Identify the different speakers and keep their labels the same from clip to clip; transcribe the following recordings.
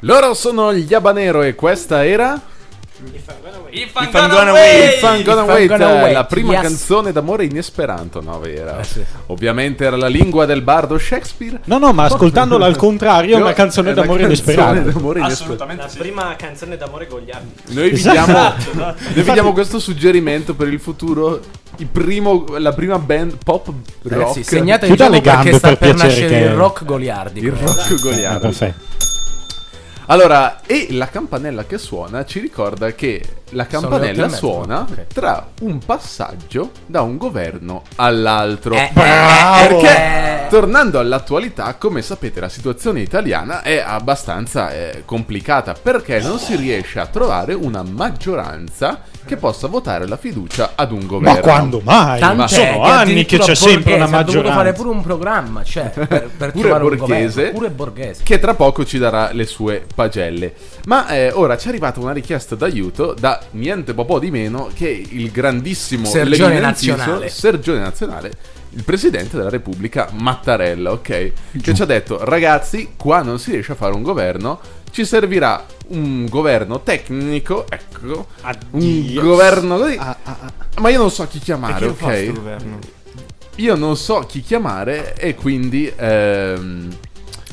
Speaker 1: Loro sono gli Habanero e questa era
Speaker 2: If
Speaker 3: I'm gonna wait.
Speaker 1: If I'm Gonna
Speaker 4: If I'm
Speaker 1: Wait,
Speaker 4: Gonna
Speaker 1: eh,
Speaker 4: Wait,
Speaker 1: la prima
Speaker 4: yes.
Speaker 1: canzone d'amore in esperanto, no vera.
Speaker 4: Eh, sì.
Speaker 1: Ovviamente era la lingua del bardo Shakespeare.
Speaker 4: No, no, ma ascoltandola al contrario è una canzone d'amore in
Speaker 1: canzone
Speaker 4: esperanto.
Speaker 1: d'amore in esperanto.
Speaker 3: Assolutamente
Speaker 2: La
Speaker 3: sì.
Speaker 2: prima canzone d'amore con gli altri.
Speaker 1: Noi vi
Speaker 4: Esatto.
Speaker 1: diamo, noi vi diamo questo suggerimento per il futuro. il primo- la prima band pop rock.
Speaker 5: Ragazzi, Eh segnate il
Speaker 4: Chiuda
Speaker 5: gioco
Speaker 4: le gambe
Speaker 5: perché sta per,
Speaker 4: per piacere
Speaker 5: nascere
Speaker 4: che-
Speaker 5: il rock goliardico.
Speaker 1: il rock
Speaker 4: Ah,
Speaker 1: goliardo.
Speaker 4: perfetto.
Speaker 1: Allora, e la campanella che suona ci ricorda che la
Speaker 5: Sono le otto e
Speaker 1: campanella
Speaker 5: mezzo,
Speaker 1: suona
Speaker 5: ok.
Speaker 1: tra un passaggio da un governo all'altro.
Speaker 5: Eh,
Speaker 4: Bravo!
Speaker 1: Perché, tornando all'attualità, come sapete, la situazione italiana è abbastanza eh, complicata perché non si riesce a trovare una maggioranza che possa votare la fiducia ad un governo.
Speaker 4: Ma quando mai?
Speaker 5: Tant'è
Speaker 4: Ma sono
Speaker 5: che
Speaker 4: anni che
Speaker 5: addirittura
Speaker 4: c'è sempre
Speaker 5: Borghese
Speaker 4: una
Speaker 5: Ha dovuto fare
Speaker 4: maggioranza.
Speaker 5: pure un programma, cioè, per,
Speaker 1: Pure
Speaker 5: per trovare un
Speaker 1: Borghese.
Speaker 5: governo. Pure borghese.
Speaker 1: che tra poco ci darà le sue pagelle. Ma eh, ora ci è arrivata una richiesta d'aiuto da niente po' po' di meno che il grandissimo
Speaker 5: Sergione
Speaker 1: l'eminentissimo
Speaker 5: nazionale.
Speaker 1: Sergione Nazionale, il presidente della Repubblica Mattarella, ok? Che ci ha detto "Ragazzi, qua non si riesce a fare un governo, ci servirà un governo tecnico, ecco, un
Speaker 4: Addio.
Speaker 1: governo così.
Speaker 3: Ah,
Speaker 1: Ma io non so chi chiamare,
Speaker 3: Perché lo fa
Speaker 1: ok?
Speaker 3: sto governo?
Speaker 1: Io non so chi chiamare e quindi ehm,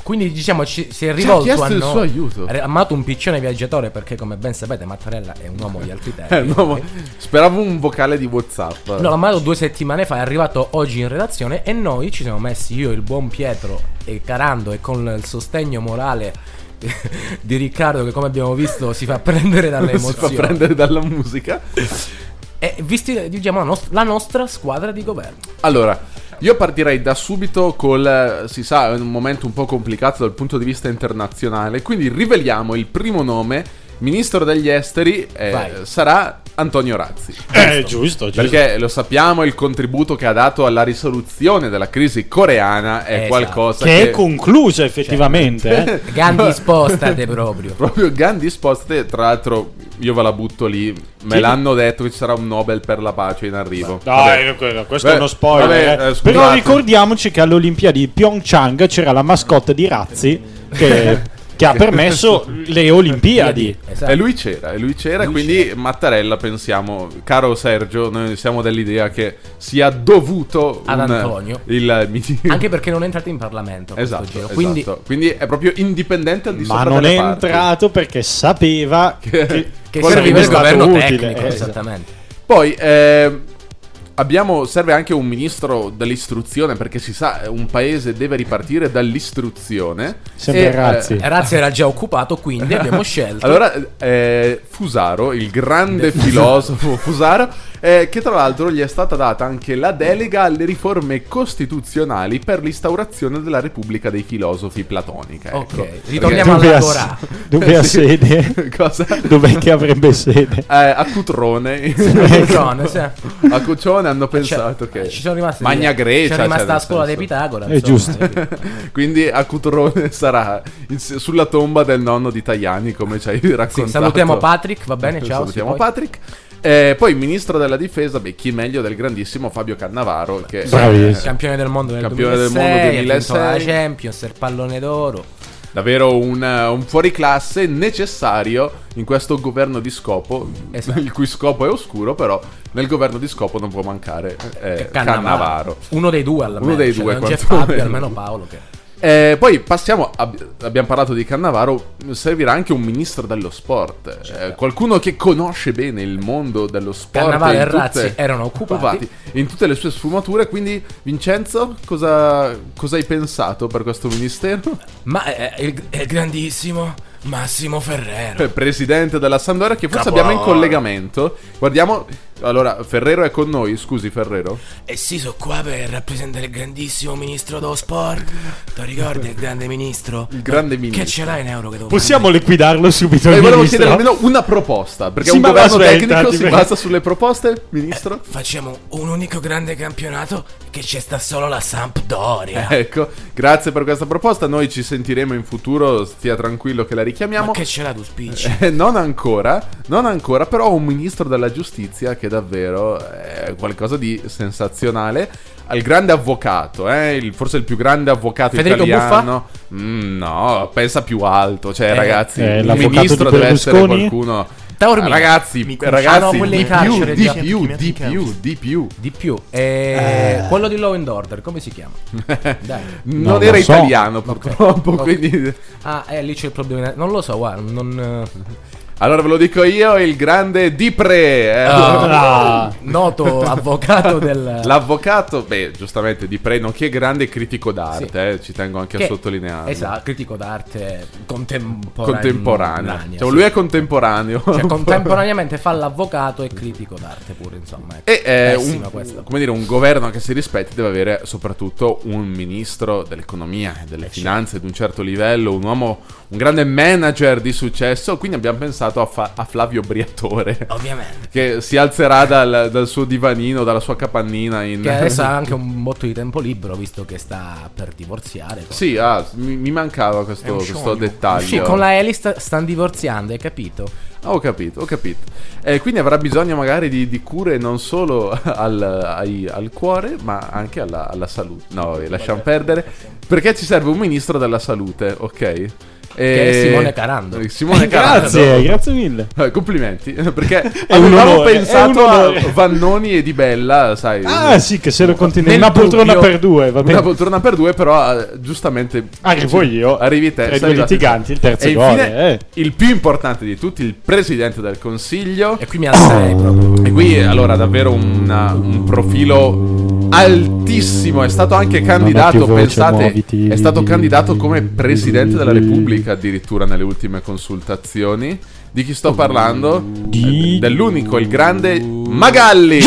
Speaker 5: Quindi diciamo ci, si è
Speaker 1: ha
Speaker 5: rivolto
Speaker 1: chiesto
Speaker 5: a
Speaker 1: il
Speaker 5: noi-
Speaker 1: suo aiuto.
Speaker 5: ha amato un piccione viaggiatore perché come ben sapete Mattarella è un uomo di altri tempi.
Speaker 1: Eh, no, ma speravo un vocale di WhatsApp.
Speaker 5: No, l'ho mandato due settimane fa, è arrivato oggi in redazione e noi ci siamo messi, io, il buon Pietro e Carando e con il sostegno morale di Riccardo che come abbiamo visto si fa prendere dalle
Speaker 1: si fa
Speaker 5: emozioni.
Speaker 1: prendere dalla musica.
Speaker 5: E visti diciamo, la, nost- la nostra squadra di governo.
Speaker 1: Allora, io partirei da subito col, eh, si sa, è un momento un po' complicato dal punto di vista internazionale, quindi riveliamo il primo nome, ministro degli esteri, eh,
Speaker 5: Vai.
Speaker 1: sarà Antonio Razzi.
Speaker 4: Eh, giusto, giusto.
Speaker 1: Perché lo sappiamo, il contributo che ha dato alla risoluzione della crisi coreana è
Speaker 5: Esatto.
Speaker 1: qualcosa
Speaker 4: che
Speaker 1: che...
Speaker 4: è conclusa effettivamente. eh.
Speaker 5: Gandhi spostate proprio.
Speaker 1: Proprio Gandhi Spostate, tra l'altro io ve la butto lì, me
Speaker 4: Sì.
Speaker 1: l'hanno detto che ci sarà un Nobel per la pace in arrivo. Vabbè.
Speaker 4: Dai, eh. quello- questo
Speaker 1: Beh,
Speaker 4: è uno spoiler.
Speaker 1: vabbè,
Speaker 4: eh.
Speaker 1: eh, scusate.
Speaker 4: Però ricordiamoci che alle Olimpiadi di Pyeongchang c'era la mascotte di Razzi che, che ha permesso le Olimpiadi.
Speaker 5: Esatto.
Speaker 1: E lui c'era, e lui c'era,
Speaker 5: Lui
Speaker 1: quindi Mattarella pensiamo, caro Sergio, noi siamo dell'idea che sia dovuto
Speaker 5: Ad
Speaker 1: un-
Speaker 5: Antonio.
Speaker 1: il ministro.
Speaker 5: Anche perché non è entrato in Parlamento questo
Speaker 1: esatto,
Speaker 5: giro,
Speaker 1: esatto.
Speaker 5: quindi
Speaker 1: Quindi... è proprio indipendente al di
Speaker 4: Ma
Speaker 1: sopra
Speaker 4: non è
Speaker 1: delle parti.
Speaker 4: entrato perché sapeva che,
Speaker 5: che
Speaker 4: sarebbe
Speaker 5: serviva il
Speaker 4: stato
Speaker 5: governo
Speaker 4: utile,
Speaker 5: tecnico,
Speaker 4: eh,
Speaker 1: esatto.
Speaker 5: esattamente.
Speaker 1: Poi ehm, abbiamo, serve anche un ministro dell'istruzione perché si sa, un paese deve ripartire dall'istruzione.
Speaker 4: Sempre
Speaker 1: E,
Speaker 4: Razzi.
Speaker 1: eh,
Speaker 5: Razzi era già occupato, quindi abbiamo scelto
Speaker 1: Allora, eh, Fusaro, il grande filosofo Fusaro, eh, che tra l'altro gli è stata data anche la delega alle riforme costituzionali per l'instaurazione della Repubblica dei filosofi platonica.
Speaker 5: Ok,
Speaker 1: ecco.
Speaker 5: ritorniamo
Speaker 4: Dove
Speaker 5: alla
Speaker 4: ha,
Speaker 5: Torah.
Speaker 4: dove ha
Speaker 1: Sì.
Speaker 4: sede?
Speaker 1: Perché- Cosa?
Speaker 4: Dov'è che avrebbe sede?
Speaker 1: Eh, a Cutrone.
Speaker 5: Cutrone, sì.
Speaker 1: A Cutrone hanno
Speaker 5: Cioè,
Speaker 1: pensato che...
Speaker 5: ci sono rimaste
Speaker 1: esatto, Magna
Speaker 5: delle-
Speaker 1: Grecia.
Speaker 5: c'è rimasta
Speaker 1: cioè, nel
Speaker 5: la scuola
Speaker 1: senso.
Speaker 5: dei Pitagora
Speaker 4: È giusto.
Speaker 1: Quindi a Cutrone sarà in- sulla tomba del nonno di Tajani, come ci hai raccontato.
Speaker 5: Sì, salutiamo Patrick va bene ciao
Speaker 1: Salutiamo
Speaker 5: sì, poi-
Speaker 1: Patrick. Eh, poi ministro della difesa, beh, chi meglio del grandissimo Fabio Cannavaro, che eh,
Speaker 4: Bravissimo.
Speaker 5: campione del mondo nel
Speaker 1: Campione del
Speaker 5: 2006
Speaker 1: mondo
Speaker 5: ha vinto
Speaker 1: 2006.
Speaker 5: la Champions il pallone d'oro
Speaker 1: è davvero un, eh, un fuoriclasse necessario in questo governo di scopo,
Speaker 5: Esatto.
Speaker 1: il cui scopo è oscuro, però nel governo di scopo non può mancare eh,
Speaker 5: e Cannavaro.
Speaker 1: Cannavaro.
Speaker 5: uno dei due alla
Speaker 1: Uno dei due,
Speaker 5: non c'è
Speaker 1: quantomeno.
Speaker 5: Fabio almeno Paolo che
Speaker 1: Eh, poi passiamo, ab- abbiamo parlato di Cannavaro, servirà anche un ministro dello sport, eh, qualcuno che conosce bene il mondo dello sport.
Speaker 5: Certo. Cannavaro
Speaker 1: in
Speaker 5: e
Speaker 1: tutte-
Speaker 5: Razzi erano occupati.
Speaker 1: in tutte le sue sfumature, quindi Vincenzo, cosa, cosa hai pensato per questo ministero?
Speaker 5: ma è, è il, è il grandissimo Massimo Ferrero
Speaker 1: Eh, Presidente della Sandoria che forse
Speaker 5: Capolavoro.
Speaker 1: abbiamo in collegamento. Guardiamo, allora Ferrero è con noi, scusi Ferrero.
Speaker 5: e sì sono qua per rappresentare il grandissimo ministro dello sport ti ricordi il grande ministro
Speaker 1: Il grande ministro.
Speaker 5: che ce l'hai in euro che devo
Speaker 4: Possiamo liquidarlo subito
Speaker 1: E
Speaker 4: il
Speaker 1: Eh, volevo
Speaker 4: ministro?
Speaker 1: chiedere almeno una proposta, perché
Speaker 4: Sì,
Speaker 1: un
Speaker 4: ma
Speaker 1: governo
Speaker 4: aspetta,
Speaker 1: tecnico
Speaker 4: ti
Speaker 1: si
Speaker 4: prego.
Speaker 1: basa sulle proposte,
Speaker 5: Eh,
Speaker 1: ministro?
Speaker 5: Facciamo un unico grande campionato che c'è sta solo la Sampdoria.
Speaker 1: Ecco, grazie per questa proposta. Noi ci sentiremo in futuro, stia tranquillo che la richiamiamo.
Speaker 5: Ma che ce l'ha tu spicci?
Speaker 1: Eh, non ancora, non ancora, però ho un ministro della giustizia che davvero è qualcosa di sensazionale. Al grande avvocato, eh, il- forse il più grande avvocato
Speaker 5: Federico
Speaker 1: italiano. Mm, no, pensa più alto. Cioè,
Speaker 5: Eh,
Speaker 1: ragazzi,
Speaker 4: eh,
Speaker 1: il
Speaker 4: l'avvocato
Speaker 1: ministro
Speaker 4: di
Speaker 1: deve essere
Speaker 4: Berlusconi?
Speaker 1: qualcuno.
Speaker 5: Taormina.
Speaker 1: Ragazzi,
Speaker 3: Mi confondo.
Speaker 1: ragazzi,
Speaker 5: Ah, no, quello
Speaker 1: di
Speaker 5: in
Speaker 1: più,
Speaker 5: carcere,
Speaker 1: di
Speaker 5: già.
Speaker 1: più, di
Speaker 3: Chiamiamoci
Speaker 1: più, di più.
Speaker 5: Di più, Eh, quello di Law and Order, come si chiama? Dai.
Speaker 4: No,
Speaker 1: Non
Speaker 4: lo
Speaker 1: era
Speaker 4: so.
Speaker 1: italiano, purtroppo.
Speaker 5: Ok.
Speaker 1: Quindi.
Speaker 5: Ah, eh, lì c'è il problema. Non lo so, guarda, non. eh,
Speaker 1: Allora ve lo dico io, il grande Dipre. eh.
Speaker 4: Ah.
Speaker 5: Noto avvocato del.
Speaker 1: L'avvocato, beh, giustamente Dipre non chi è grande è critico d'arte,
Speaker 5: Sì.
Speaker 1: eh, ci tengo anche
Speaker 5: che-
Speaker 1: a sottolineare.
Speaker 5: Esatto, critico d'arte contemporanea.
Speaker 1: Contemporanea.
Speaker 5: Cioè,
Speaker 1: Cioè, lui è contemporaneo.
Speaker 5: Cioè, contemporaneamente fa l'avvocato e critico d'arte pure, insomma. ecco.
Speaker 1: E eh,
Speaker 5: Pessima questa.
Speaker 1: un, come dire, un governo che si rispetti deve avere soprattutto un ministro dell'economia e delle
Speaker 5: Eh,
Speaker 1: finanze di un certo livello, un uomo, un grande manager di successo. Quindi abbiamo pensato a, Fa- a Flavio Briatore,
Speaker 5: Ovviamente.
Speaker 1: che si alzerà dal, dal suo divanino, dalla sua capannina in...
Speaker 5: Che adesso ha anche un botto di tempo libero, visto che sta per divorziare.
Speaker 1: Sì, ah, mi, mi mancava
Speaker 3: È
Speaker 1: questo,
Speaker 3: un
Speaker 1: questo
Speaker 3: sciogno.
Speaker 1: dettaglio.
Speaker 5: Sì, con la Ellie sta- stanno divorziando, hai capito?
Speaker 1: Ah, Ho capito, ho capito. Eh, quindi avrà bisogno magari di, di cure non solo al, ai- al cuore, ma anche alla, alla salute. No, vabbè, lasciamo perdere. Perché ci serve un ministro della salute, ok? E-
Speaker 5: Che è Simone Carando.
Speaker 1: Eh, Simone Carando.
Speaker 4: Grazie, grazie mille.
Speaker 1: Eh, Complimenti, perché
Speaker 4: un
Speaker 1: avevamo
Speaker 4: onore, è
Speaker 1: pensato
Speaker 4: un
Speaker 1: a
Speaker 4: onore.
Speaker 1: Vannoni e Di Bella, sai.
Speaker 4: Ah, sì, che se lo continui.
Speaker 1: Nel
Speaker 4: Una poltrona
Speaker 1: dubbio-
Speaker 4: per due, va
Speaker 1: Una
Speaker 4: bene.
Speaker 1: poltrona per due, però eh, giustamente.
Speaker 4: Arrivo io.
Speaker 1: Arrivi te.
Speaker 4: Tra i
Speaker 1: sei
Speaker 4: due
Speaker 1: arrivato.
Speaker 4: litiganti, il terzo
Speaker 1: E infine,
Speaker 4: gol, eh.
Speaker 1: Il più importante di tutti, il presidente del consiglio.
Speaker 5: E qui mi alzerei proprio.
Speaker 1: E qui eh, allora davvero una- un profilo altissimo. È stato anche candidato,
Speaker 4: voce,
Speaker 1: pensate,
Speaker 4: muoviti.
Speaker 1: è stato candidato come presidente della Repubblica addirittura nelle ultime consultazioni. Di chi sto parlando?
Speaker 4: Di-
Speaker 1: Eh, Dell'unico, il grande Magalli.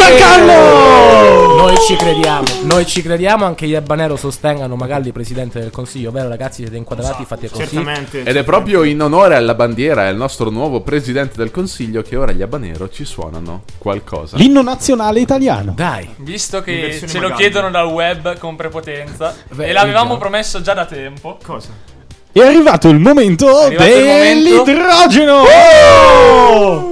Speaker 4: Giancarlo!
Speaker 5: Noi ci crediamo, noi ci crediamo, anche gli Ebanero sostengano Magalli presidente del consiglio, vero ragazzi? Siete inquadrati, fate così.
Speaker 3: Certamente.
Speaker 1: Ed è proprio in onore alla bandiera e al nostro nuovo presidente del consiglio che ora gli Abanero ci suonano qualcosa.
Speaker 4: L'inno nazionale italiano.
Speaker 5: Dai,
Speaker 6: Visto
Speaker 3: In
Speaker 6: che
Speaker 3: versione
Speaker 6: ce lo
Speaker 3: Magalli.
Speaker 6: chiedono dal web con prepotenza
Speaker 5: Beh,
Speaker 6: e l'avevamo
Speaker 5: già.
Speaker 6: promesso già da tempo.
Speaker 3: Cosa?
Speaker 4: È arrivato il momento
Speaker 6: arrivato il momento.
Speaker 4: dell'idrogeno. Oh!